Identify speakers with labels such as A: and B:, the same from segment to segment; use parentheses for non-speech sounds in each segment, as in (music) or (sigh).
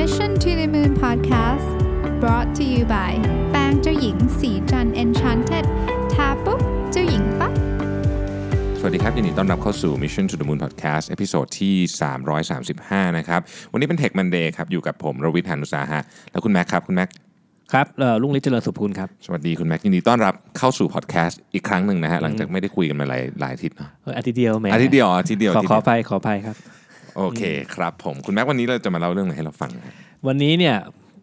A: Mission to the Moon Podcast brought to you by แปลงเจ้าหญิงสีจัน Enchanted ทาปุ๊บเจ้าหญิงปั๊บ
B: สวัสดีครับยินดีต้อนรับเข้าสู่ Mission to the Moon Podcast เอพิโซดที่ 335 นะครับ วันนี้เป็น Tech Monday ครับ อยู่กับผมรวิทยานุสาหะ และคุณแม็กครับ คุณแม็ก
C: ครับเอ่อลุงฤทธิ์เจริญสุขคุณครับ
B: สวัสดีคุณแม็กยินดีต้อนรับเข้าสู่ Podcast อีกครั้งหนึ่งนะฮะ หลังจากไม่ได้คุยกันมาหลายหลายอาทิตย์เนอะ
C: เอ่ออาทิตย์เดียวแหม
B: อาทิตย์เดียวอาทิตย์เดียว
C: ขอ
B: อาทิต
C: ข
B: ย์
C: อ
B: เดียว
C: ไปขอไปครับ
B: โอเคครับผม คุณแม็กวันนี้เราจะมาเล่าเรื่องอะไรให้เราฟังครับ
C: วันนี้เนี่ย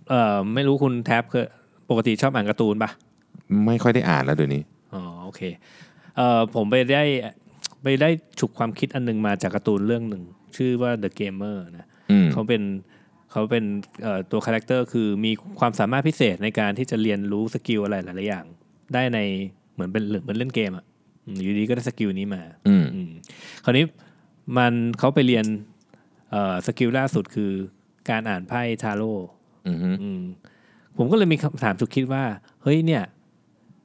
C: เอ่อไม่รู้คุณแท็บเคยปกติชอบอ่านการ์ตูนปะ
B: ไม่ค่อยได้อ่านแล้วเดี๋ยวนี้
C: อ๋อโอเคเอ่อผมไปได้ไปได้ฉุกความคิดอันหนึงมาจากการ์ตูนเรื่องหนึ่ง ชื่อว่า The Gamer นะ
B: อืม
C: เขาเป็นเขาเป็นเอ่อตัวคาแรคเตอร์คือมีความสามารถพิเศษในการที่จะเรียนรู้สกิลอะไรหลายๆอย่าง ได้ในเหมือนเป็นเหมือนเล่นเกมอะอืมอยู่ดีก็ได้สกิลนี้มา
B: อืม
C: อืมคราวนี้มันเขาไปเรียนเอ่อสกิลล่าสุดคือการอ่านไพ่ทาโร่
B: อืมฮึ
C: อืมผมก็เลยมีคำถามฉุกคิดว่า เฮ้ยเนี่ย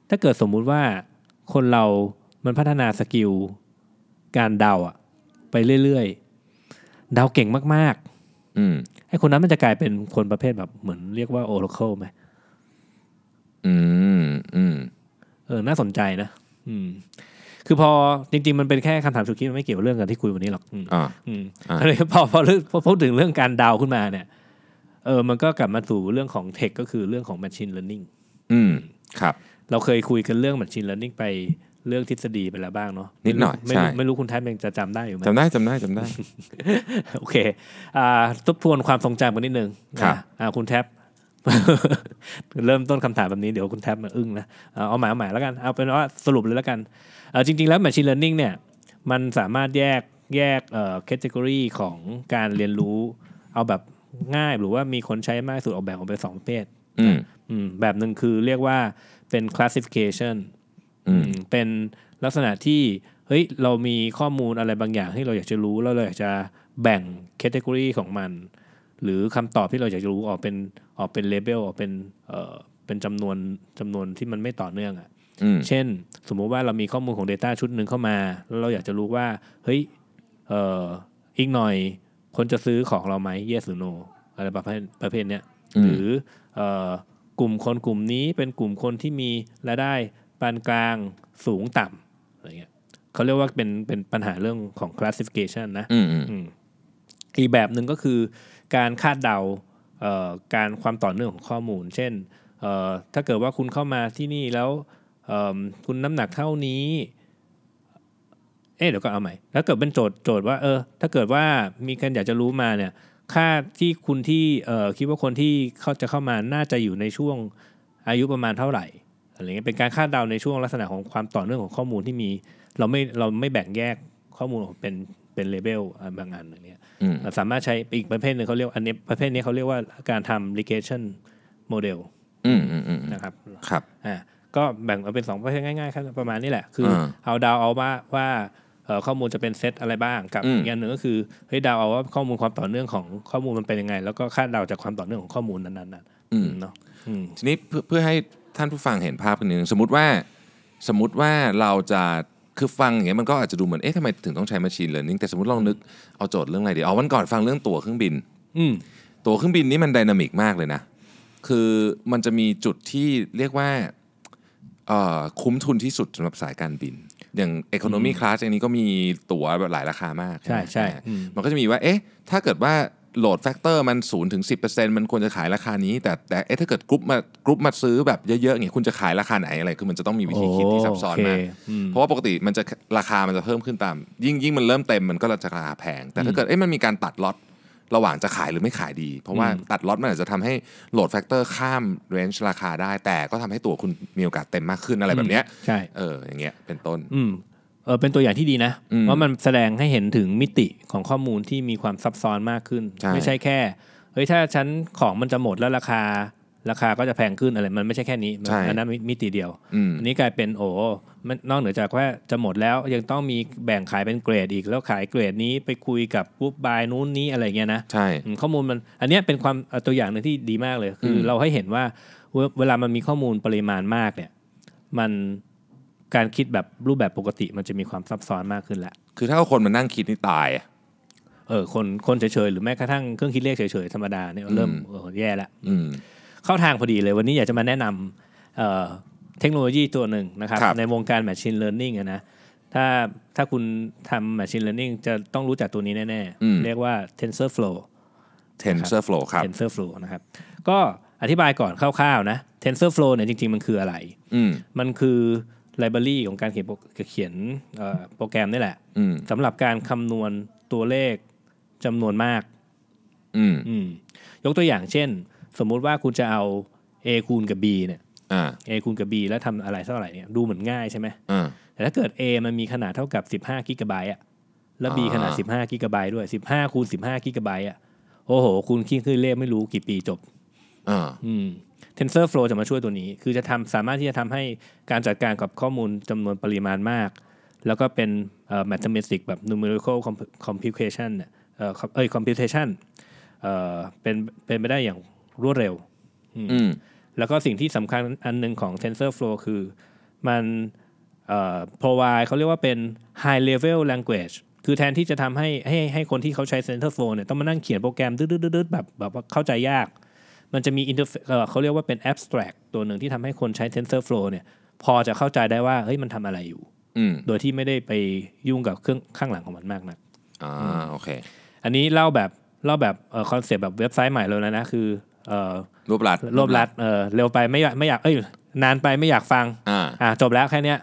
C: ถ้าเกิดสมมุติว่าคนเรามันพัฒนาสกิลการเดาอะไปเรื่อยๆ เดาเก่งมาก
B: อืม
C: ๆไอ้คนนั้นมันจะกลายเป็นคนประเภทแบบเหมือนเรียกว่าโอ a เคิลไหม
B: อืมอืม
C: เออน่าสนใจนะ อืม คือพอจริง ๆ มันเป็นแค่คำถามฉุกคิดมันไม่เกี่ยวกับเรื่องกันที่คุยวันนี้หรอกอืม
B: อ่า
C: อืม
B: อ่า
C: เลย (laughs) พอพอเรื่องพอพูดถึงเรื่องการดาวขึ้นมาเนี่ย เออมันก็กลับมาสู่เรื่องของเทคก็คือเรื่องของ Machine Learning
B: อืมครับ
C: เราเคยคุยกันเรื่อง Machine Learning ไปเรื่องทฤษฎีไปแล้วบ้างเนาะ
B: นิดหน่อย
C: ไม่รู้
B: ใช่
C: ไม่รู้คุณแทบยังจะจำได้อยู่ไหม
B: จำได้จำได้จำได้
C: (laughs) โอเคอ่าทบทวนความทรงจำกันนิดนึง
B: ครับ
C: นะอ่าคุณแท็บ (laughs) เริ่มต้นคำถามแบบนี้เดี๋ยวคุณแท็บมาอึ้งนะเอาเอาใหมายเอาใหมายแล้วกันเอาเป็นว่าสรุปเลยแล้วกันเอ่อจริง ๆ แล้ว Machine Learning เนี่ยมันสามารถแยกแยกเอ่อ category ของการเรียนรู้ เอาแบบง่ายหรือว่ามีคนใช้มากที่สุดออกแบบออกเป็นสองประเภท
B: อืม
C: อืมแบบหนึ่งคือเรียกว่าเป็น classification
B: อืม
C: อืมเป็นลักษณะที่เฮ้ยเรามีข้อมูลอะไรบางอย่างที่เราอยากจะรู้แล้วเราอยากจะแบ่งแคตตากรีของมัน หรือคำตอบที่เราอยากจะรู้ออกเป็นออกเป็นเลเบลออกเป็นเอ่อเป็นจำนวนจำนวนที่มันไม่ต่อเนื่องอะ
B: อืม
C: เช่น สมมุติว่าเรามีข้อมูลของ Data ชุดหนึ่งเข้ามา แล้วเราอยากจะรู้ว่า เฮ้ยเอ่ออีกหน่อย คนจะซื้อของเราไหม yes หรือ no อะไรประเภทประเภทเนี้ยหรือเอ่อกลุ่มคนกลุ่มนี้เป็นกลุ่มคนที่มีรายได้ปานกลางสูงต่ำอะไรเงี้ยเขาเรียกว่าเป็นเป็นปัญหาเรื่องของ classification นะ
B: อืมอืม
C: อืมอีกแบบหนึ่งก็คือการคาดเดาเอ่อการความต่อเนื่องของข้อมูล เช่นเอ่อถ้าเกิดว่าคุณเข้ามาที่นี่แล้วเอิ่มคุณน้ำหนักเท่านี้ เอ๊ะเดี๋ยวก็เอาใหม่ถ้าเกิดเป็นโจทย์โจทย์ว่าเออ ถ้าเกิดว่ามีการอยากจะรู้มาเนี่ย ค่าที่คุณที่เอ่อคิดว่าคนที่เขาจะเข้ามาน่าจะอยู่ในช่วงอายุประมาณเท่าไหร่อะไรเงี้ยเป็นการคาดเดาในช่วงลักษณะของความต่อเนื่องของข้อมูลที่มี เราไม่เราไม่แบ่งแยกข้อมูลออกเป็นเป็นเลเบลบางอันอย่างเนี้ย
B: อืม
C: สามารถใช้อีกประเภทหนึ่งเขาเรียกอันนี้ประเภทนี้เขาเรียกว่าการทำ regression model
B: อืมอืมอืม
C: นะครับ
B: ครับ
C: อ่าก็แบ่งออกเป็นสองประเภทง่ายๆครับประมาณนี้แหละ คืออา เอาเดาวเอาว่าว่าเอ่อข้อมูลจะเป็นเซตอะไรบ้างกับ
B: อืม
C: อีกอันหนึ่งก็คือเฮ้ยเดาวเอาว่าข้อมูลความต่อเนื่องของข้อมูลมันเป็นยังไง แล้วก็คาดเดาจากความต่อเนื่องของข้อมูลนั้นๆน่ะ
B: อืม
C: เนาะอืม
B: ทีนี้เพื่อเพื่อให้ท่านผู้ฟังเห็นภาพกันหนึ่งสมมติว่าสมมติว่าเราจะคือฟังอย่างเงี้ยมันก็อาจจะดูเหมือนเอ๊ะทำไมถึงต้องใช้ machine learning แต่สมมติลองนึกเอาโจทย์เรื่องอะไรดีเอาวันก่อนฟังเรื่องตั๋วเครื่องบิน
C: อืม
B: ตั๋วเครื่องบินนี่มันไดินามิกมากเลยนะ คือมันจะมีจุดที่เรียกว่าเอ่อคุ้มทุนที่สุดสำหรับสายการบิน อย่าง Economy Class อย่างนี้ก็มีตั๋วแบบหลายราคามาก
C: ใช่
B: ไหม
C: ใช่อืม
B: มันก็จะมีว่า เอ๊ะ ถ้าเกิดว่าโหลดแฟกเตอร์มัน0ูนถึงสิมันควรจะขายราคานี้ แต่แต่ เอ๊ะ ถ้าเกิดกรุ๊ปมากรุ๊ปมาซื้อแบบเยอะๆอย่างเงี้ยคุณจะขายราคาไหนอะไร คือมันจะต้องมีวิธีคิดที่ซับซ้อนมาก
C: โอเคอืม
B: เพราะว่าปกติมันจะราคามันจะเพิ่มขึ้นตาม ยิ่งยิ่งมันเริ่มเต็มมันก็จะราคาแพง แต่ถ้าเกิด เอ๊ะ มันมีการตัดล็อตระหว่างจะขายหรือไม่ขายดี เพราะว่าตัดล็อตมันอาจจะทำให้โหลดแฟกเตอร์ข้ามเรนจ์ราคาได้ แต่ก็ทำให้ตัวคุณมีโอกาสเต็มมากขึ้นอะไรแบบเนี้ย
C: ใช่
B: เออ อย่างเงี้ย เป็นต้น
C: อืมเออเป็นตัวอย่างที่ดีนะ
B: อืม
C: เพราะมันแสดงให้เห็นถึงมิติของข้อมูลที่มีความซับซ้อนมากขึ้น
B: ใช่
C: ไม่ใช่แค่เฮ้ยถ้าชั้นของมันจะหมดแล้วราคา ราคาก็จะแพงขึ้นอะไรมันไม่ใช่แค่นี้มันอันนั้นมิติเดียว
B: อืม
C: อันนี้กลายเป็นโอ้มันนอกเหนือจากว่าจะหมดแล้วยังต้องมีแบ่งขายเป็นเกรดอีกแล้วขายเกรดนี้ไปคุยกับกรุ๊ปบายนู้นนี้อะไรเงี้ยนะ
B: ใช่
C: อืมข้อมูลมันอันเนี้ยเป็นความเอ่อตัวอย่างหนึ่งที่ดีมากเลย คืออ
B: ม
C: เราให้เห็นว่าเวเวลามันมีข้อมูลปริมาณมากเนี่ยมันการคิดแบบรูปแบบปกติมันจะมีความซับซ้อนมากขึ้นแหละ
B: คือถ้าเอาคนมานั่งคิดนี่ตายอะ
C: เออคนคนเฉยๆหรือแม้กระทั่งเครื่องคิดเลขเฉยๆธรรมดาเนี่ยเริ่มเออแย่ละ
B: อืม
C: เข้าทางพอดีเลยวันนี้อยากจะมาแนะนำเอ่อเทคโนโลยีตัวหนึ่งนะครับ
B: ครับ
C: ในวงการ Machine Learning อะนะถ้าถ้าคุณทำ Machine Learning จะต้องรู้จักตัวนี้แน่ๆ เรียกว่า TensorFlow
B: TensorFlow ครับ
C: TensorFlow นะครับ ก็อธิบายก่อนคร่าวๆนะ TensorFlow เนี่ยจริงๆ มันคืออะไร
B: อืม
C: มันคือไลบรารีของการเขียนโปรเขียนเอ่อโปรแกรมนี่แหละ
B: อืม
C: สำหรับการคำนวณตัวเลขจำนวนมาก
B: อืม
C: อืมยกตัวอย่างเช่น สมมุติว่าคุณจะเอา A คูณกับ B เนี่ย
B: อ่า
C: A คูณกับ B แล้วทำอะไรเท่าไหร่เนี่ยดูเหมือนง่ายใช่ไหม
B: อ่า
C: แต่ถ้าเกิด A มันมีขนาดเท่ากับ 15กิกะไบต์อะแล้ว B
B: อ่า
C: ขนาด 15กิกะไบต์ด้วย 15คูณ15กิกะไบต์อะโอ้โห คุณคิดขึ้นเลขไม่รู้กี่ปีจบ
B: อ่า
C: อืม TensorFlow จะมาช่วยตัวนี้ คือจะทำสามารถที่จะทำให้การจัดการกับข้อมูลจำนวนปริมาณมาก แล้วก็เป็นเอ่อ mathematics แบบ numerical comp- computation เนี่ยเอ่อ com- เอ้ย computation เอ่อเป็นเป็นไปได้อย่างรวดเร็ว
B: อืม
C: แล้วก็สิ่งที่สำคัญอันหนึ่งของ TensorFlow คือมันเอ่อ provide เขาเรียกว่าเป็น high level language คือแทนที่จะทำให้ให้ให้คนที่เขาใช้ TensorFlow เนี่ยต้องมานั่งเขียนโปรแกรมดืดๆๆๆแบบแบบว่าเข้าใจยาก มันจะมี interface เอ่อเขาเรียกว่าเป็น abstract ตัวหนึ่งที่ทำให้คนใช้ TensorFlow เนี่ยพอจะเข้าใจได้ว่าเฮ้ยมันทำอะไรอยู่
B: อืม
C: โดยที่ไม่ได้ไปยุ่งกับเครื่องข้างหลังของมันมากนะัก
B: อ่าโอเค
C: อันนี้เล่าแบบเล่าแบบคอนเซปต์แบบเว็บไซต์ใหม่เลยนะนะคือเอ่อ
B: รูปรัด
C: รวบรัดเออเร็วไปไม่อยากไม่อยากเอ้ยนานไปไม่อยากฟัง
B: อ่า
C: อ่าจบแล้วแค่เนี้ย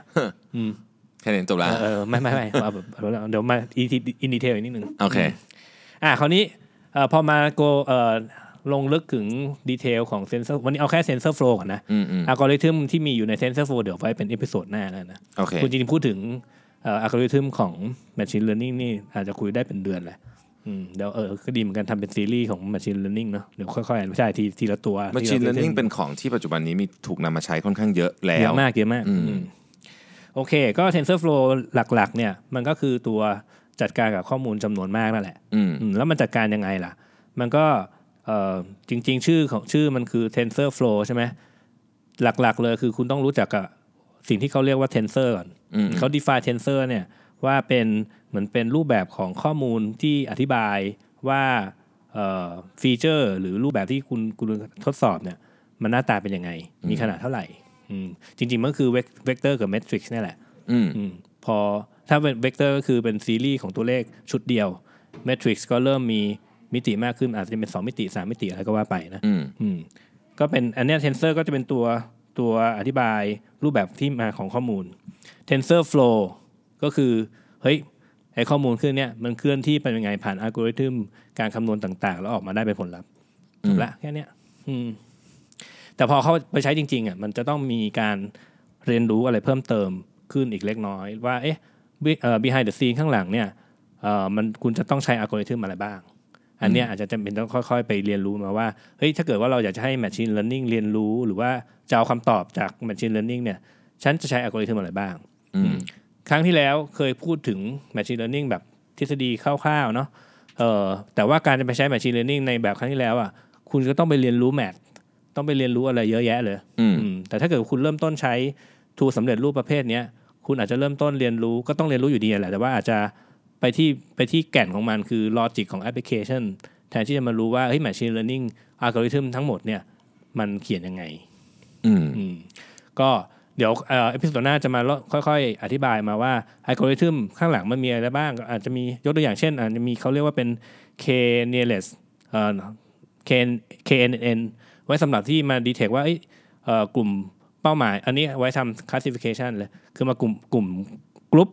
B: แค่นี้จบแล้ว
C: เออไม่ไม่ไม่เอาแบบเดี๋ยวมาอินอินดีเทลอีกนิดนึง
B: โอเค
C: อ่าคราวนี้เอ่อพอมาโกเอ่อลงลึกถึงดีเทลของเซนเซอร์วันนี้เอาแค่เซนเซอร์โฟล์ก่อนนะ
B: อืมอืม
C: อัลกอริทึมที่มีอยู่ในเซนเซอร์โฟล์เดี๋ยวไว้เป็นเอพิโซดหน้าแล้วนะ
B: โอเค
C: คุณจริงๆพูดถึงเอ่ออัลกอริทึมของ Machine Learning นี่อาจจะคุยได้เป็นเดือนแหละอืมเดี๋ยวเออก็ดีเหมือนกันทำเป็นซีรีส์ของ Machine Learning เนาะเดี๋ยวค่อยๆไม่ใช่ทีทีละตัว
B: Machine Learning เป็นของที่ปัจจุบันนี้มีถูกนำมาใช้ค่อนข้างเยอะแล้
C: เยว อะมากเยอะมากอืมโอเค ก็ TensorFlow หลักๆ เนี่ย มันก็คือตัวจัดการกับข้อมูลจำนวนมากนั่นแหละ
B: อืม
C: อืมแล้วมันจัดการยังไงล่ะ มันก็เอ่อจริง ๆ ชื่อของชื่อมันคือ TensorFlow ใช่ไหมหลักๆ เลยคือคุณต้องรู้จักกับสิ่งที่เขาเรียกว่า tensor ก่อน
B: อืม
C: เขา define tensor เนี่ยว่าเป็นเหมือนเป็นรูปแบบของข้อมูลที่อธิบายว่าเอ่อฟีเจอร์ หรือรูปแบบที่คุณคุณทดสอบเนี่ย มันหน้าตาเป็นยังไง มีขนาดเท่าไหร่อืมจริงๆ มันก็คือเวกเตอร์กับเมทริกซ์นี่แหละ
B: อืม
C: อืมพอถ้าเป็นเวกเตอร์ก็คือเป็นซีรีส์ของตัวเลขชุดเดียวเมทริกซ์ก็เริ่มมีมิติมากขึ้นอาจจะเป็น 2 มิติ 3 มิติอะไรก็ว่าไปนะ
B: อืม
C: อืมก็เป็นอันเนี้ยเทนเซอร์ก็จะเป็นตัวตัวอธิบายรูปแบบที่มาของข้อมูล Tensor Flow ก็คือ เฮ้ย ไอข้อมูลเครื่องเนี้ยมันเคลื่อนที่เป็นยังไงผ่านอัลกอริทึมการคำนวณต่างๆ แล้วออกมาได้เป็นผลลัพธ์จบละแค่เนี้ยอืมแต่พอเขาไปใช้จริงๆอ่ะมันจะต้องมีการเรียนรู้อะไรเพิ่มเติมขึ้นอีกเล็กน้อย ว่าเอ๊ะ be- เอ่อ behind the scene ข้างหลังเนี่ยเอ่อมันคุณจะต้องใช้อัลกอริทึมอะไรบ้าง อันเนี้ยอาจจะจำเป็นต้องค่อยๆ ไปเรียนรู้มาว่าเฮ้ยถ้าเกิดว่าเราอยากจะให้ machine learning เรียนรู้หรือว่าจะเอาคำตอบจาก machine learning เนี่ยฉันจะใช้อัลกอริทึมอะไรบ้าง
B: อืม
C: ครั้งที่แล้วเคยพูดถึง Machine Learning แบบทฤษฎีคร่าวๆเนาะเออแต่ว่าการจะไปใช้ Machine Learning ในแบบครั้งที่แล้วอ่ะคุณก็ต้องไปเรียนรู้แมทต้องไปเรียนรู้อะไรเยอะแยะเลย
B: อืม
C: อืมแต่ถ้าเกิดคุณเริ่มต้นใช้ทูสำเร็จรูปประเภทเนี้ยคุณอาจจะเริ่มต้นเรียนรู้ก็ต้องเรียนรู้อยู่ดีแหละแต่ว่าอาจจะไปที่ไปที่แก่นของมันคือลอจิกของแอปพลิเคชันแทนที่จะมารู้ว่าเฮ้ย Machine Learning อัลกอริทึมทั้งหมดเนี่ยมันเขียนยังไง
B: อืม
C: อืมก็เดี๋ยวเอ่อเอพิโซดหน้าจะมาเล่าค่อยๆ อธิบายมาว่าอัลกอริทึมข้างหลังมันมีอะไรบ้าง อาจจะมียกตัวอย่างเช่น อาจจะมีเขาเรียกว่าเป็น k n e a r e s t เอ่อ k KNN ไว้สำหรับที่มาดีเทคว่าเอ้ยเอ่อกลุ่มเป้าหมาย อันนี้ไว้ทำ classification เลย คือมากลุ่มกลุ่มกลุ่ม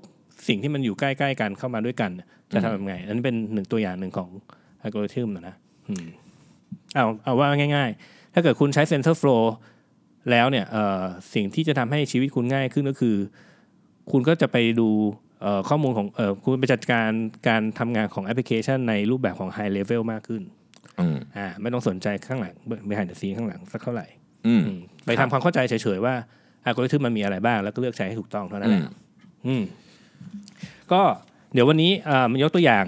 C: สิ่งที่มันอยู่ใกล้ๆกันเข้ามาด้วยกัน จะทำยังไง อันนี้เป็นหนึ่งตัวอย่างหนึ่งของอัลกอริทึมนะนะอืมเอาเอาว่าง่ายๆ ถ้าเกิดคุณใช้ Center Flow แล้วเนี่ยเอ่อสิ่งที่จะทำให้ชีวิตคุณง่ายขึ้นก็คือ คุณก็จะไปดูเอ่อข้อมูลของเอ่อคุณไปจัดการการทำงานของแอปพลิเคชันในรูปแบบของ High Level มากขึ้น
B: อืม
C: อ่าไม่ต้องสนใจข้างหลังไปหันแต่ซีข้างหลังสักเท่าไหร่
B: อืม
C: อืมไปทำความเข้าใจเฉยๆว่าอัลกอริทึมมันมีอะไรบ้างแล้วก็เลือกใช้ให้ถูกต้องเท่านั้นแหละ
B: อืม
C: อืมก็เดี๋ยววันนี้เอ่อมันยกตัวอย่าง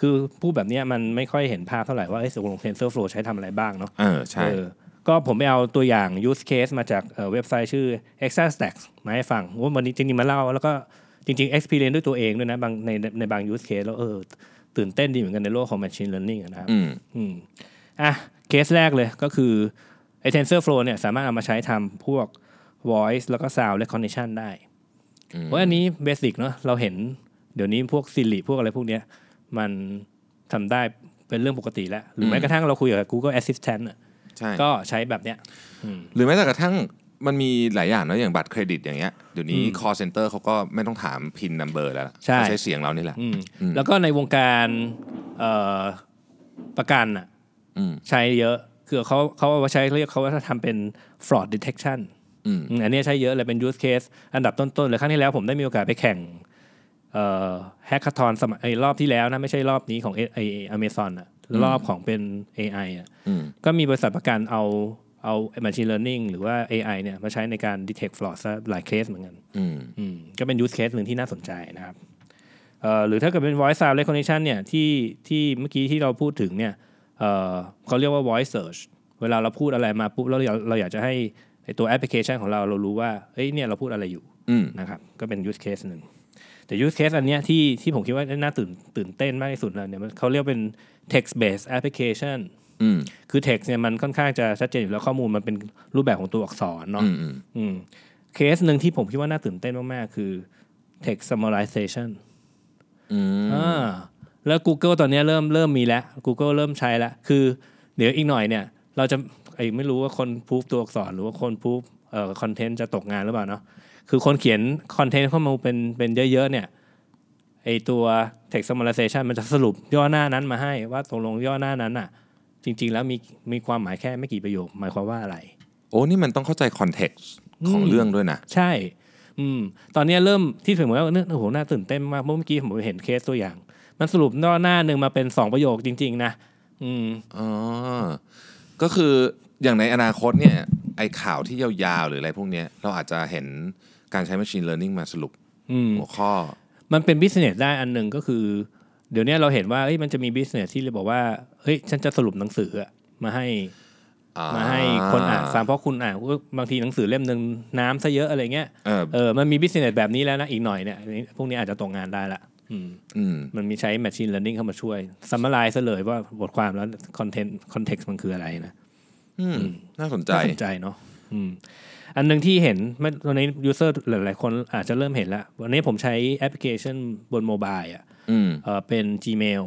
C: คือพูดแบบเนี้ยมันไม่ค่อยเห็นภาพเท่าไหร่ว่าเอ้ยตกลง TensorFlow ใช้ทำอะไรบ้างเนาะ
B: เออใช่
C: เออก็ผมไปเอาตัวอย่าง use case มาจากเอ่อเว็บไซต์ชื่อ extra stacks มาให้ฟังว่าวันนี้จริงๆมาเล่า แล้วก็จริงๆ experience ด้วยตัวเองด้วยนะบางในในบาง use case แล้วเออ ตื่นเต้นดีเหมือนกันในโลกของ Machine Learning อะนะครับ
B: อืม
C: อืมอ่ะเคสแรกเลยก็คือไอ้ TensorFlow เนี่ยสามารถเอามาใช้ทำพวก voice แล้วก็ sound recognition ได้
B: อืม
C: เพราะอันนี้เบสิกเนาะเราเห็นเดี๋ยวนี้พวก Siri พวกอะไรพวกเนี้ยมันทำได้เป็นเรื่องปกติแล้ว หรือแม้กระทั่งเราคุยกับ Google Assistant อะ
B: ใช่
C: ก็ใช้แบบเนี้ย
B: หรือแม้แต่กระทั่งมันมีหลายอย่างนะอย่างบัตรเครดิตอย่างเงี้ยเดี๋ยวนี้ call center เขาก็ไม่ต้องถามพินนัมเบอร์แล้วล่ะ
C: ใช่
B: เขาใช้เสียงเรานี่แหละ
C: อืม
B: อืม
C: แล้วก็ในวงการเอ่อประกันอะ
B: อืม
C: ใช้เยอะ คือเขาเขาเอาไว้ใช้เรียกเขาว่าทำเป็น fraud detection
B: อืม
C: อืมอันเนี้ยใช้เยอะเลยเป็น use case อันดับต้นๆเลยครั้งที่แล้วผมได้มีโอกาสไปแข่งแฮก a าทอนสมัยเอ้ยรอบที่แล้วนะไม่ใช่รอบนี้ของไออเมซอนอะรอบของเป็น AI อะ
B: อืม
C: ก็มีบริษัทประกันเอาเอา machine learning หรือว่า AI เนี่ยมาใช้ในการ detect fraud ซะหลายเคสเหมือนกัน
B: อืม
C: อืมก็เป็น use case หนึ่งที่น่าสนใจนะครับเอ่อหรือถ้าเกิดเป็น voice sound recognition เนี่ยที่ที่เมื่อกี้ที่เราพูดถึงเนี่ยเอ่อเขาเรียกว่า voice search เวลาเราพูดอะไรมาปุ๊บแล้วเราเราอยากจะให้ไอตัวแอปพลิเคชันของเราเรารู้ว่าเอ้ยเนี่ยเราพูดอะไรอยู่
B: อืม
C: นะครับก็เป็น use case หนึ่ง แต่ use case อันเนี้ยที่ที่ผมคิดว่าน่าตื่นตื่นเต้นมากที่สุดเลยเนี่ยมันเขาเรียกเป็น text based application
B: อืม
C: คือ text เนี่ยมันค่อนข้างจะชัดเจนอยู่แล้วข้อมูลมันเป็นรูปแบบของตัวอักษรเนาะ
B: อืมอืม
C: อืมเคสหนึ่งที่ผมคิดว่าน่าตื่นเต้นมาก ๆ คือ text summarization
B: อืม
C: อ่าแล้ว Google ตอนเนี้ยเริ่มเริ่มมีแล้ว Google เริ่มใช้แล้ว คือเดี๋ยวอีกหน่อยเนี่ย เราจะไอ้ไม่รู้ว่าคนพูฟตัวอักษรหรือว่าคนพูฟเอ่อคอนเทนต์จะตกงานหรือเปล่าเนาะคือคนเขียนคอนเทนต์เข้ามาเป็นเป็นเยอะ ๆ เนี่ยไอตัว text summarization มันจะสรุปย่อหน้านั้นมาให้ว่าตรงลงย่อหน้านั้นอ่ะ จริง ๆ แล้วมีมีความหมายแค่ไม่กี่ประโยค หมายความว่าอะไร
B: โอ้นี่มันต้องเข้าใจคอนเท็กซ์ของเรื่องด้วยนะ
C: ใช่ อืม ตอนเนี้ยเริ่มที่ผมว่าเนี่ยโอ้โห น่าตื่นเต้นมาก เมื่อกี้ผมเห็นเคสตัวอย่าง มันสรุปหน้าหน้าหนึ่งมาเป็นสองประโยคจริง ๆ นะ อืม
B: อ๋อ ก็คืออย่างในอนาคตเนี่ยไอ้ข่าวที่ยาวๆ หรืออะไรพวกเนี้ยเราอาจจะเห็นการใช้ Machine Learning มาสรุป
C: อืม
B: หัวข้อ
C: มันเป็น business ได้อันหนึ่งก็คือ เดี๋ยวเนี้ยเราเห็นว่าเอ้ยมันจะมี business ที่เลยบอกว่า เฮ้ย ฉันจะสรุปหนังสืออะมาให้
B: อ่
C: มาให้คนอ่านฟังเพราะคุณอ่านอุ๊ยบางทีหนังสือเล่มหนึ่งน้ำซะเยอะอะไรเงี้ย
B: เออ
C: เออ มันมี business แบบนี้แล้วนะ อีกหน่อยเนี่ย พวกนี้อาจจะตกงานได้ละ อืม
B: อืม
C: มันมีใช้ Machine Learning เข้ามาช่วย s u m m a r i z e ซะเลยว่าบทความแล้วคอนเทนต์คอนเท็กซ์มันคืออะไรนะ
B: อืม น่าสนใจ
C: น่าสนใจเนาะอืมอันหนึ่งที่เห็นเมื่อตอนนี้ยูเซอร์หลายๆ คนอาจจะเริ่มเห็นแล้ว วันนี้ผมใช้แอปพลิเคชันบนโมบายอ่ะ
B: อืม
C: เอ่อเป็น Gmail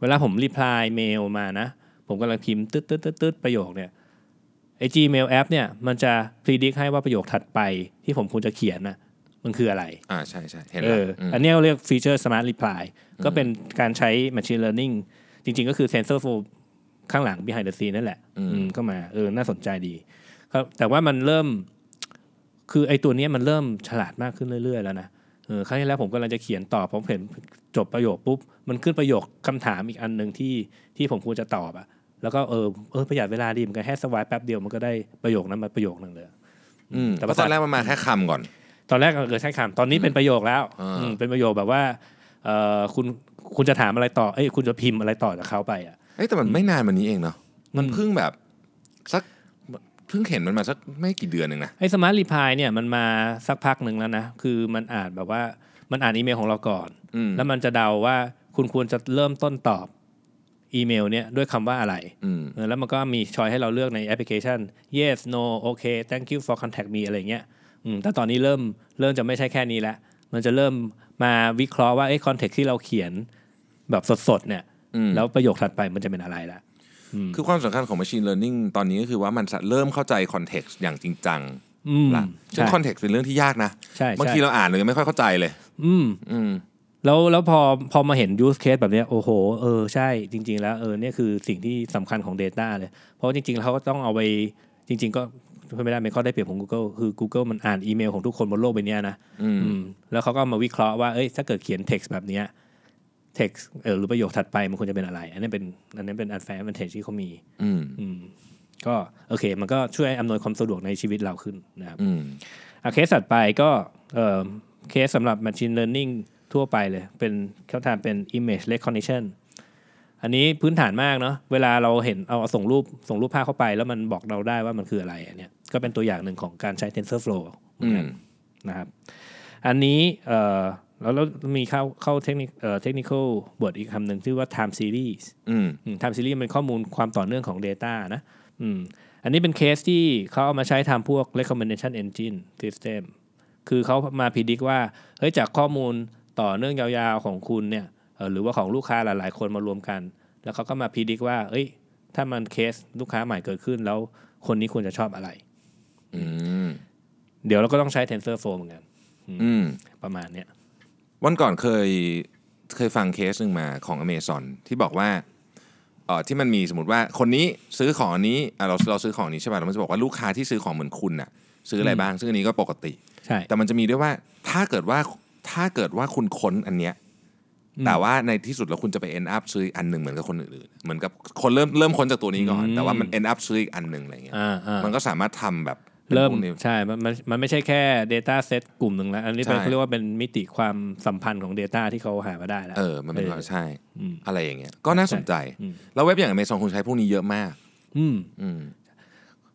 C: เวลาผมรีプライเมลมานะ ผมกำลังพิมพ์ตึ๊ดตึ๊ดตึ๊ดตึ๊ดประโยคเนี่ยไอ้ Gmail แอปเนี่ยมันจะพิจิกให้ว่าประโยคถัดไปที่ผมควรจะเขียนนะมันคืออะไร
B: อ่า ใช่ใช่เห็น
C: เอ
B: แล้ว
C: อ
B: ม
C: อันเนี้ยเราเรียกฟีเจอร์ smart reply ก็เป็นการใช้ machine learning จริงๆ ก็คือ TensorFlow ข้างหลัง behind the scene นั่นแหละอืมก็มาเออน่าสนใจดีครับแต่ว่ามันเริ่ม คือไอตัวเนี้ยมันเริ่มฉลาดมากขึ้นเรื่อยๆ แล้วนะเออครั้งที่แล้วผมกำลังจะเขียนตอบผมเห็นจบประโยคปุ๊บ มันขึ้นประโยคคำถามอีกอันหนึ่งที่ที่ผมควรจะตอบอะแล้วก็เออเออประหยัดเวลาดีเหมือนกันแค่สวายแป๊บเดียวมันก็ได้ประโยคนั้นมาประโยคนึงเลย
B: อืม
C: แต่
B: เพ
C: ภา
B: ราะ
C: ษา
B: ตอนแรกมันมาแค่คำก่อน
C: ตอนแรกเออใช่คำตอนนี้เป็นประโยคแล้ว
B: อ่า
C: อืมเป็นประโยคแบบว่าเออคุณคุณจะถามอะไรต่อเอ้ยคุณจะพิมพ์อะไรต่อจากเขาไปอ่ะ
B: เอ้ยแต่มันไม่นานมานี้เองเนาะ มันเพิ่งแบบสักเพิ่งเห็นมันมาสักไม่กี่เดือนเองนะ
C: ไอ้สมาร์ทรีพายเนี่ยมันมาสักพักหนึ่งแล้วนะ คือมันอ่านแบบว่ามันอ่านอีเมลของเราก่อน
B: อืม
C: แล้วมันจะเดาว่าคุณควรจะเริ่มต้นตอบอีเมลเนี่ยด้วยคำว่าอะไร
B: อืม
C: เออแล้วมันก็มีชอยให้เราเลือกในแอปพลิเคชัน yes no okay thank you for contact me อะไรเงี้ยอืมแต่ตอนนี้เริ่มเริ่มจะไม่ใช่แค่นี้ละมันจะเริ่มมาวิเคราะห์ว่าไอ้คอนเทกที่เราเขียนแบบสดๆเนี่ย
B: อืม
C: แล้วประโยคถัดไปมันจะเป็นอะไรละ
B: คือความสำคัญของ Machine Learning ตอนนี้ก็คือว่ามันจะเริ่มเข้าใจคอนเท็กซ์อย่างจริงจัง
C: อืม
B: ละซึ่ง
C: ใช่
B: คอนเท็กซ์เป็นเรื่องที่ยากนะ
C: ใช่
B: บาง
C: ใช่
B: ทีเราอ่านเลยงไม่ค่อยเข้าใจเลย
C: อืม
B: อืม
C: แล้วแล้วพอพอมาเห็น use case แบบเนี้ยโอ้โห เออใช่จริง ๆ แล้วเออเนี่ยคือสิ่งที่สำคัญของ Data เลย เพราะจริง ๆ เขาก็ต้องเอาไปจริง ๆ ก็ช่วยไม่ได้เป็นข้อได้เปรียบของ Google คือ Google มันอ่านอีเมลของทุกคนบนโลกใบเนี้ยนะ
B: อืม
C: อืมแล้วเขาก็มาวิเคราะห์ว่าเอ้ยถ้าเกิดเขียน text แบบเนี้ย text เออหรือประโยคถัดไปมันควรจะเป็นอะไร อันนี้เป็นอันนี้เป็น unfair advantage ที่เขามี
B: อืม
C: อืมก็โอเค มันก็ช่วยอำนวยความสะดวกในชีวิตเราขึ้นนะครับ
B: อืม
C: อะเคสถัดไปก็เอ่อเคสสำหรับ Machine Learning ทั่วไปเลย เป็นเขาทำเป็น Image Recognition อันนี้พื้นฐานมากเนาะเวลาเราเห็นเอาเอาส่งรูปส่งรูปภาพเข้าไป แล้วมันบอกเราได้ว่ามันคืออะไรอันเนี่ยก็เป็นตัวอย่างหนึ่งของการใช้ TensorFlow เหมื
B: อื
C: อนกั
B: ม
C: นนะครับ อันนี้เอ่อ แล้วแล้วมีเข้าเข้าเทคนิคเอ่อเทคนิคบทอีกคำหนึ่งชื่อว่า time series
B: อืม
C: ทำซีรีส์เป็นข้อมูลความต่อเนื่องของ Data นะอืมอันนี้เป็นเคสที่เขาเอามาใช้ทำพวก recommendation engine system คือเขามาพิดิกว่า เฮ้ย จากข้อมูลต่อเนื่องยาวๆของคุณเนี่ยเอ่อหรือว่าของลูกค้าหลายๆ คนมารวมกัน แล้วเขาก็มาพิดิกว่า เอ้ย ถ้ามันเคสลูกค้าใหม่เกิดขึ้น แล้วคนนี้ควรจะชอบอะไร
B: อืม
C: เดี๋ยวเราก็ต้องใช้ TensorFlow เหมือนกัน
B: อืม
C: ประมาณเนี้ย
B: วันก่อนเคยเคยฟังเคสหนึ่งมาของ Amazon ที่บอกว่าเออที่มันมีสมมติว่าคนนี้ซื้อของอันนี้อ่ะเราเราซื้อของอันนี้ใช่ป่ะแล้วมันจะบอกว่าลูกค้าที่ซื้อของเหมือนคุณน่ะ ซื้ออะไรบ้าง ซึ่งอันนี้ก็ปกติ
C: ใช่
B: แต่มันจะมีด้วยว่าถ้าเกิดว่าถ้าเกิดว่าคุณค้นอันเนี้ยแต่ว่าในที่สุดแล้วคุณจะไป end up ซื้ออีกอันหนึ่งเหมือนกับคนอื่นๆเหมือนกับคนเริ่มเริ่มค้นจากตัวนี้ก่อน แต่ว่ามัน end up ซื้ออีกอันหนึ่งอะไรเงี้ย
C: อ่าอ่า
B: มันก็สามารถทำแบบป็น
C: เริ่ม
B: พวกนี้
C: ใช่ มันมันมันไม่ใช่แค่ Data Set กลุ่มหนึ่งแล้ว อันนี้เป็น
B: ใช่
C: เขาเรียกว่าเป็นมิติความสัมพันธ์ของ Data ที่เขาหามาได้แล้ว
B: เออ มันเป็นความใช่
C: อืม
B: อะไรอย่างเงี้ย ก็น่าสนใจ
C: อืม
B: แล้วเว็บอย่าง Amazon คุณใช้พวกนี้เยอะมาก
C: อืม
B: อืม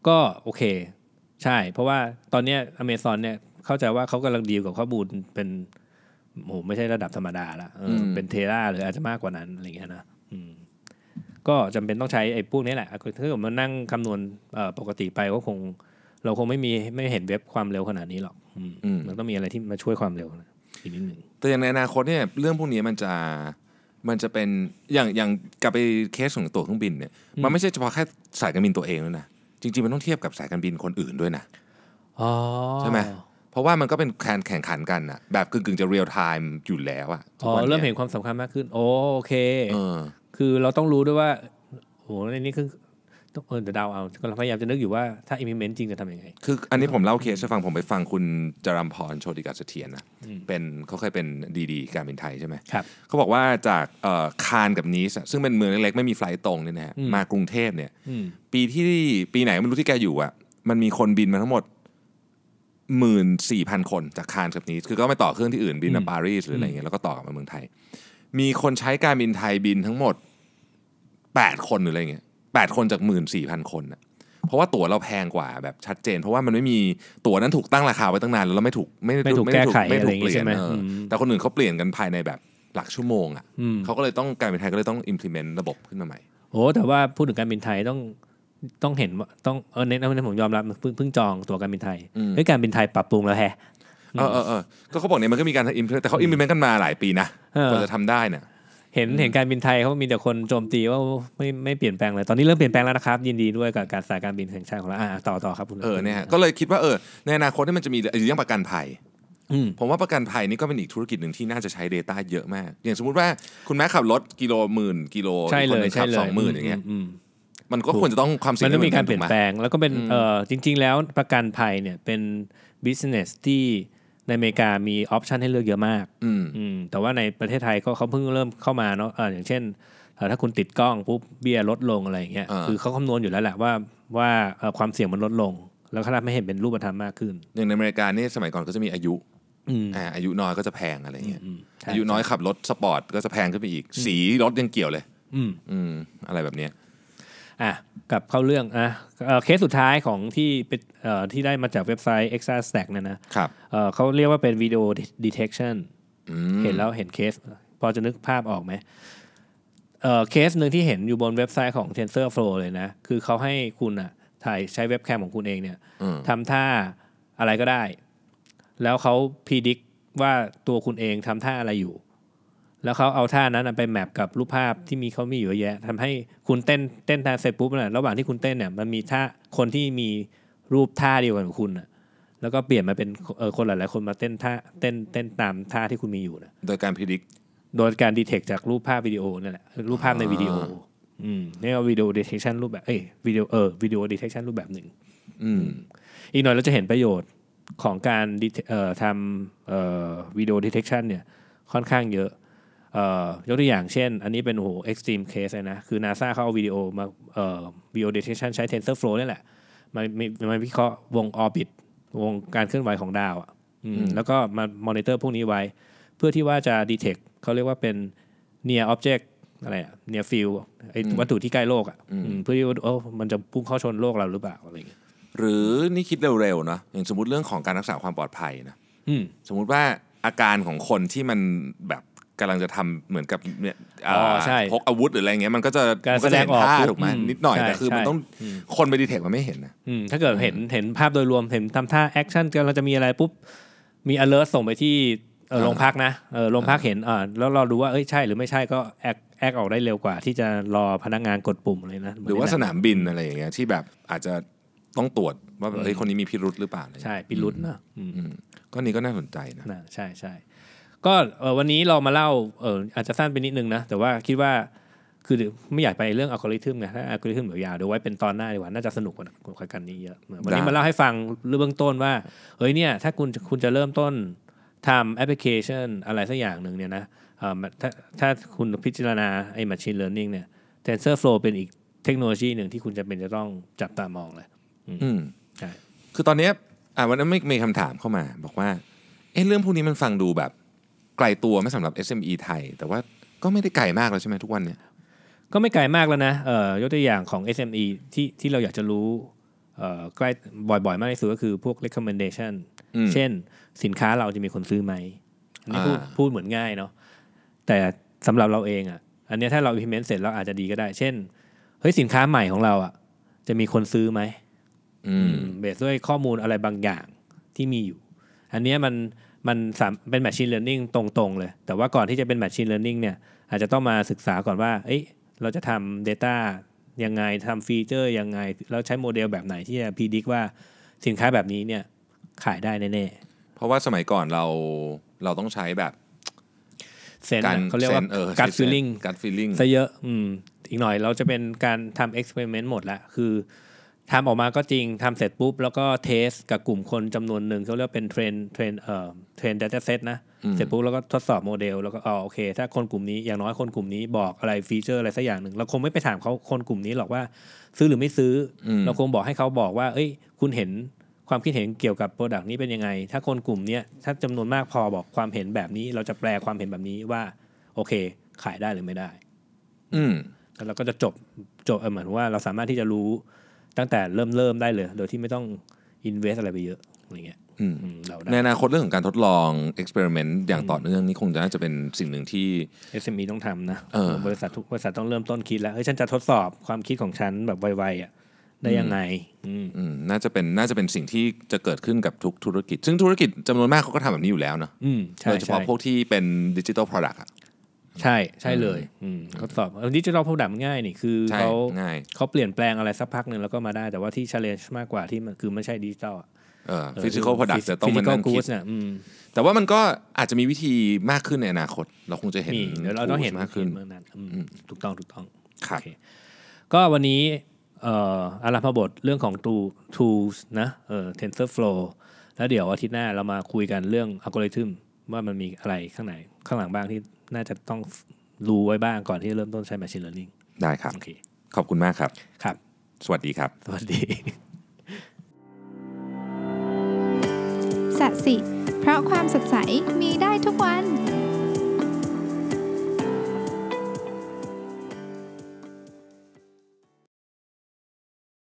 C: ก็โอเค ใช่ เพราะว่าตอนเนี้ย Amazon เนี่ยเข้าใจว่าเขากำลังดีลกับข้อมูลเป็นโหไม่ใช่ระดับธรรมดาละเอออ
B: ม
C: เป็นเทราหรืออาจจะมากกว่านั้นอะไรเงี้ยนะอืมก็จำเป็นต้องใช้ไอ้พวกนี้แหละคือถ้าเกิดมันนั่งคำนวณเอ่อปกติไปก็คง เราคงไม่มีไม่เห็นเว็บความเร็วขนาดนี้หรอกอืมมันต้องมีอะไรที่มาช่วยความเร็วนะอีกนิดหนึ่ง
B: แต่อย่างในอนาคตเนี่ยเรื่องพวกนี้มันจะมันจะเป็นอย่างอย่างกลับไปเคสของตั๋วเครื่องบินเนี่ยมันไม่ใช่เฉพาะแค่สายการบินตัวเองด้วยนะจริงๆมันต้องเทียบกับสายการบินคนอื่นด้วยนะ
C: อ๋อ
B: ใช่ไหม เพราะว่ามันก็เป็นการแข่งขันกันอะแบบกึ่งๆจะเรียลไทม์อยู่แล้วอะทุ
C: อ๋
B: ก
C: อ
B: วันย
C: เริ่มเห็นความสำคัญมากขึ้น โอโอเค
B: เออ
C: คือเราต้องรู้ด้วยว่าโหในนี้คือต้องเออแต่เดาวเอากำลังพยายามจะนึกอยู่ว่าถ้า implement จริงจะทำยังไง
B: คืออันนี้ผมเล่าเคสให้ฟังผมไปฟังคุณจรัมพรโชติกาเสถียรนะเป็นเขาเคยเป็นดีดีการบินไทยใช่ไหม
C: ครับ
B: เขาบอกว่าจากเอ่อคานกับนีสอะซึ่งเป็นเมืองเล็กๆ ไม่มีไฟลท์ตรงเนี่ยนะฮะมากรุงเทพเนี่ย
C: อืม
B: ปีที่ปีไหนไม่รู้ที่แกอยู่อะมันมีคนบินมาทั้งหมดหมื่นสี่พันคนจากคานกับนีสคือก็ไม่ต่อเครื่องที่อื่นบินมาปารีสหรืออะไรเงี้ยแล้วก็ต่อกลับมาเมืองไทย มีคนใช้การบินไทยบินทั้งหมดแปดคนหรืออะไรเงี้ยแปดคนจากหมื่นสี่พันคนอะเพราะว่าตั๋วเราแพงกว่าแบบชัดเจน เพราะว่ามันไม่มีตั๋วนั้นถูกตั้งราคาไว้ตั้งนานแล้วเราไม่ถูกไม่
C: ไม่ถูกแก้ไข
B: ไม่ถูก
C: อะไรอย่าง
B: เป
C: งี้
B: ลี่ย
C: ใช่
B: น
C: ไหม
B: เอออ
C: ม
B: แต่คนอื่นเขาเปลี่ยนกันภายในแบบหลักชั่วโมงอะ เขาก็เลยต้องการบินไทยก็เลยต้อง implement ระบบขึ้นมาใหม่
C: โอ้แต่ว่าพูดถึงการบินไทยต้องต้องเห็นว่าต้องเออเน้นเอาเน้นผมยอมรับเพิ่งเพิ่งจองตัวการบินไทยเฮ้ยการบินไทยปรับปรุงแล้วแฮะ
B: เออเออเออก็เขาบอกเนี่ยมันก็มีการ implement แต่เขา implement กันมาหลายปีนะ
C: เออ
B: กว่าจะทำได้เนี่ย
C: เห็นเห็นการบินไทยเขามีแต่คนโจมตีว่าไม่ไม่เปลี่ยนแปลงเลยตอนนี้เริ่มเปลี่ยนแปลงแล้วนะครับยินดีด้วยกับการสายการบินแห่งชาติของเราอ่าต่อต่อครับคุณ
B: เออเนี่ยฮะก็เลยคิดว่าเออในอนาคตที่มันจะมีหรือยังประกันภัย
C: อืม
B: ผมว่าประกันภัยนี่ก็เป็นอีกธุรกิจหนึ่งที่น่าจะใช้ Data เยอะมาก อย่างสมมติว่าคุณแม่ขับรถกิโลหมื่นกิโล
C: ใช่
B: อีก
C: เล
B: คนห
C: ย
B: นึ่ง
C: ใช่
B: ขับ
C: เลย
B: สองหมื่นอย่างเงี้ย
C: อืม
B: มันก็ควรจะต้องความเสี่ย
C: มั
B: ง
C: นต้องมีการ
B: ถู
C: เปลี่ยน
B: ไห
C: แปลงแล้วก็เป็นเออจริง ๆ แล้วประกันภัยเนี่ยเป็น business ที่ในอเมริกามีออปชันให้เลือกเยอะมาก
B: อืม
C: อืมแต่ว่าในประเทศไทยก็เขาเพิ่งเริ่มเข้ามาเนาะเอ่ออย่างเช่นเอ่อถ้าคุณติดกล้องปุ๊บเบี้ยลดลงอะไรอย่างเงี้ย
B: อ่า
C: คือเขาคำนวณอยู่แล้วแหละว่าว่าเอ่อความเสี่ยงมันลดลง แล้วก็ทำให้เห็นเป็นรูปธรรมมากขึ้น
B: อย่างในอเมริกาเนี่ยสมัยก่อนก็จะมีอายุ
C: อืม
B: อ่าอายุน้อยก็จะแพงอะไรเงี้ย
C: ใช่
B: อายุน้อยขับรถสปอร์ตก็จะแพงขึ้นไปอีก สีรถยังเกี่ยวเลย
C: อืม
B: อืมอะไรแบบเนี้ย
C: อ่ะกลับเข้าเรื่องอ่ะเอ่อเคสสุดท้ายของที่เป็นเอ่อที่ได้มาจากเว็บไซต์ extra stack เนี่ยนะครับ เอ่อเขาเรียกว่าเป็น video detection
B: อืม
C: เห็นแล้วเห็นเคส พอจะนึกภาพออกไหมเออเคสหนึ่งที่เห็นอยู่บนเว็บไซต์ของ TensorFlow เลยนะ คือเขาให้คุณอะถ่ายใช้เว็บแคมของคุณเองเนี่ย
B: อืม
C: ทำท่าอะไรก็ได้ แล้วเขาพีดิกว่าตัวคุณเองทำท่าอะไรอยู่ แล้วเขาเอาท่านั้นอะไปแมปกับรูปภาพที่มีเขามีอยู่เยอะแยะทำให้คุณเต้นเต้นท่าเสร็จปุ๊บน่ะระหว่างที่คุณเต้นเนี่ยมันมีท่าคนที่มีรูปท่าเดียวกันกับคุณน่ะ แล้วก็เปลี่ยนมาเป็นเออคนหลายๆคนมาเต้นท่าเต้นเต้นตามท่าที่คุณมีอยู่นะ
B: โดยการพิจิตร
C: โดยการดีเทคจากรูปภาพวิดีโอนั่นแหละรูปภาพในวิดีโอ
B: อ่า
C: อืมนี่ก็วิดีโอดีเทคชันรูปแบบเอ้ยวิดีโอเออวิดีโอดีเทคชันรูปแบบหนึ่ง
B: อืม
C: อีกหน่อยเราจะเห็นประโยชน์ของการ detect- เอ่อทำเอ่อวิดีโอดีเทคชันเนี่ยค่อนข้างเยอะเอ่อยกตัวอย่างเช่น อันนี้เป็นโอ้โหเอ็กซ์ตรีมเคสเลยนะ คือ NASA เขาเอาวิดีโอมาเอ่อวิดีโอดีเทคชันใช้ TensorFlow นี่แหละมามีมาวิเคราะห์วงออร์บิทวงการเคลื่อนไหวของดาวอะอืมแล้วก็มามอนิเตอร์พวกนี้ไว้ เพื่อที่ว่าจะดีเทคเขาเรียกว่าเป็น near object อะไรอะ near field ไอวัตถุที่ใกล้โลกอะอืมเพื่อที่ว่าโอ้มันจะพุ่งเข้าชนโลกเราหรือเปล่าอะไรอย่างเงี้ย
B: หรือนี่คิดเร็วๆเนอะอย่างสมมติเรื่องของการรักษาความปลอดภัยนะ
C: อืม
B: สมมติว่า อาการของคนที่มันแบบกำลังจะทำเหมือนกับเนี่ยเอ่อ
C: อ๋อใช่
B: พกอาวุธหรืออะไรเงี้ยมันก็จะ
C: การ
B: มันจะเห็น
C: แสดงออก
B: ท่า
C: ปุ๊บ
B: ถูกไหม
C: อืม
B: นิดหน่อย
C: ใช่
B: แต่คือมัน
C: ใช่
B: ต้อง
C: อืม
B: คนไปดีเทคมันไม่เห็นนะ
C: อืมถ้าเกิดเห็นเห็นภาพโดยรวมเห็นทำท่าแอคชั่นกำลังจะมีอะไรปุ๊บ มี alert ส่งไปที่เอ่อ
B: อ่า
C: โรงพักนะเออโรงพักเห็นอ่าแล้วเราดูว่าเอ้ยใช่หรือไม่ใช่ก็แอคแอคออกได้เร็วกว่า ที่จะรอพนักงานกดปุ่มเลยนะ
B: หรือว่า
C: เมืน
B: ส
C: ในหนัง
B: นามบินอะไรอย่างเงี้ยที่แบบอาจจะต้องตรวจว่าแบบเฮ้ยคนนี้มีพิรุธหรือเปล่าอะไรเงี้ย
C: ใช่ปิรุษนะอืม
B: อืมก็นี่ก็น่าสนใจนะ
C: นะใช่ใช่ก็เอ่อวันนี้เรามาเล่าเอออาจจะสั้นไปนิดนึงนะ แต่ว่าคิดว่าคือไม่อยากไปเรื่องอัลกอริทึมไงถ้าอัลกอริทึมเดี๋ยวยาวเดี๋ยวไว้เป็นตอนหน้าดีกว่าน่าจะสนุกกว่ากว่ากันนี้เยอะวันนี้มาเล่าให้ฟังเบื้องต้นว่าเฮ้ยเนี่ยถ้าคุณคุณจะเริ่มต้นทำแอปพลิเคชันอะไรสักอย่างหนึ่งเนี่ยนะเอ่อถ้าถ้าคุณพิจารณาไอ้ machine learning เนี่ย TensorFlow เป็นอีกเทคโนโลยีหนึ่งที่คุณจะเป็นจะต้องจับตามองเลย
B: อืม
C: ใช่
B: คือตอนเนี้ยอ่าวันนั้นไม่มีคำถามเข้ามา บอกว่าเอ๊ะเรื่องพวกนี้มันฟังดูแบบไกลตัวไม่สำหรับ SME ไทย แต่ว่าก็ไม่ได้ไกลมากแล้วใช่ไหมทุกวันเนี่ย
C: ก็ไม่ไกลมากแล้วนะ เอ่อยกตัวอย่างของ SME ที่ที่เราอยากจะรู้ เอ่อใกล้บ่อยๆ มากที่สุดก็คือพวก recommendation
B: อืม
C: เช่นสินค้าเราจะมีคนซื้อไหมอันนี้พูด
B: อ่า
C: พูดเหมือนง่ายเนาะ แต่สำหรับเราเองอะ่ะ อันเนี้ยถ้าเรา implement เสร็จเราอาจจะดีก็ได้ เช่น เฮ้ยสินค้าใหม่ของเราอะ่ะ จะมีคนซื้อไหม
B: อืม
C: เบสด้วยข้อมูลอะไรบางอย่างที่มีอยู่ อันเนี้ยมันมันสามเป็น Machine Learning ตรงๆเลย แต่ว่าก่อนที่จะเป็น Machine Learning เนี่ยอาจจะต้องมาศึกษาก่อนว่า เอ้ยเราจะทำ Data ยังไงทำฟีเจอร์ยังไง แล้วใช้โมเดลแบบไหนที่จะพิจิกว่าสินค้าแบบนี้เนี่ยขายได้แน่
B: เพราะว่าสมัยก่อนเราเราต้องใช้แบบ
C: ๆเซน
B: การ
C: เขาเรียกว่า
B: ออ
C: gut feeling
B: การ feeling
C: ซะเยอะอืมอีกหน่อยเราจะเป็นการทำเอ็กซ์เพร์เมนต์หมดละคือทำออกมาก็จริงทำเสร็จปุ๊บ แล้วก็เทสกับกลุ่มคนจำนวนหนึ่งเขาเรียกว่าเป็นเทรนเทรนเอ่อเทรนดัตเซตนะ เสร็จปุ๊บ แล้วก็ทดสอบโมเดล แล้วก็อ๋อโอเค ถ้าคนกลุ่มนี้อย่างน้อยคนกลุ่มนี้บอกอะไรฟีเจอร์อะไรสักอย่างหนึ่งเราคงไม่ไปถามเขาคนกลุ่มนี้หรอกว่าซื้อหรือไม่ซื้ออ
B: ม
C: เราคงบอกให้เขาบอกว่า เอ้ย คุณเห็นความคิดเห็นเกี่ยวกับโปรดักต์นี้เป็นยังไง ถ้าคนกลุ่มเนี้ยถ้าจำนวนมากพอบอกความเห็นแบบนี้ เราจะแปลความเห็นแบบนี้ว่าโอเค ขายได้หรือไม่ได้
B: อืม
C: แล้วเราก็จะจบจบเออเหมือนว่าเราสามารถที่จะรู้ตั้งแต่เริ่มเริ่มได้เลย โดยที่ไม่ต้องอินเวสอะไรไปเยอะอะไรเงี้ย
B: อืม
C: อืมเราได้
B: ในอนาคตเรื่องของการทดลอง experiment อย่างต่อเนื่องนี่คงจะน่าจะเป็นสิ่งหนึ่งที่
C: SME ต้องทำนะ
B: เออ
C: บริษัททุกบริษัทต้องเริ่มต้นคิดแล้วเฮ้ยฉันจะทดสอบความคิดของฉันแบบไวๆอ่ะได้ยังไงอืม
B: อืมน่าจะเป็นน่าจะเป็นสิ่งที่จะเกิดขึ้นกับทุกธุรกิจ ซึ่งธุรกิจจำนวนมากเขาก็ทำแบบนี้อยู่แล้วเนอะ
C: อืมใช่
B: โดยเฉพาะ
C: ใช่
B: พวกที่เป็นดิจิทัลโปรดักต์
C: ใช่ใช่เลยอืมทดสอบดิจิทัลโปรดักต์ง่ายนี่คือ
B: ใช่
C: เขา
B: ง่าย
C: เขาเปลี่ยนแปลงอะไรสักพักหนึ่งแล้วก็มาได้แต่ว่าที่ challenge มากกว่าที่มันคือไม่ใช่ดิจิทัล
B: เอ่อฟิสิกอลโปรดักต์จะต้องมานั่งคิด
C: เนี่ยอืม
B: แต่ว่ามันก็อาจจะมีวิธีมากขึ้นในอนาคต เราคงจะเห็น
C: มีเดี๋ยวเราต้องเห็น
B: tools มากขึ้น
C: เมืองนั้นอืมถูกต้องถูกต้อง
B: ครับ
C: โอเก็วันนี้เอ่ออารัมพบทเรื่องของ tool- tools นะเอ่อ TensorFlow แล้วเดี๋ยวอาทิตย์หน้าเรามาคุยกันเรื่องอัลกอริทึมว่ามันมีอะไรข้างไหนข้างหลังบ้างที่น่าจะต้องรู้ไว้บ้างก่อนที่จะเริ่มต้นใช้ machine learning
B: ได้ครับ
C: โอเค
B: ขอบคุณมากครับ
C: ครับ
B: สวัสดีครับ
C: สวัสดี
A: สัสิ เพราะความสดใสมีได้ทุกวัน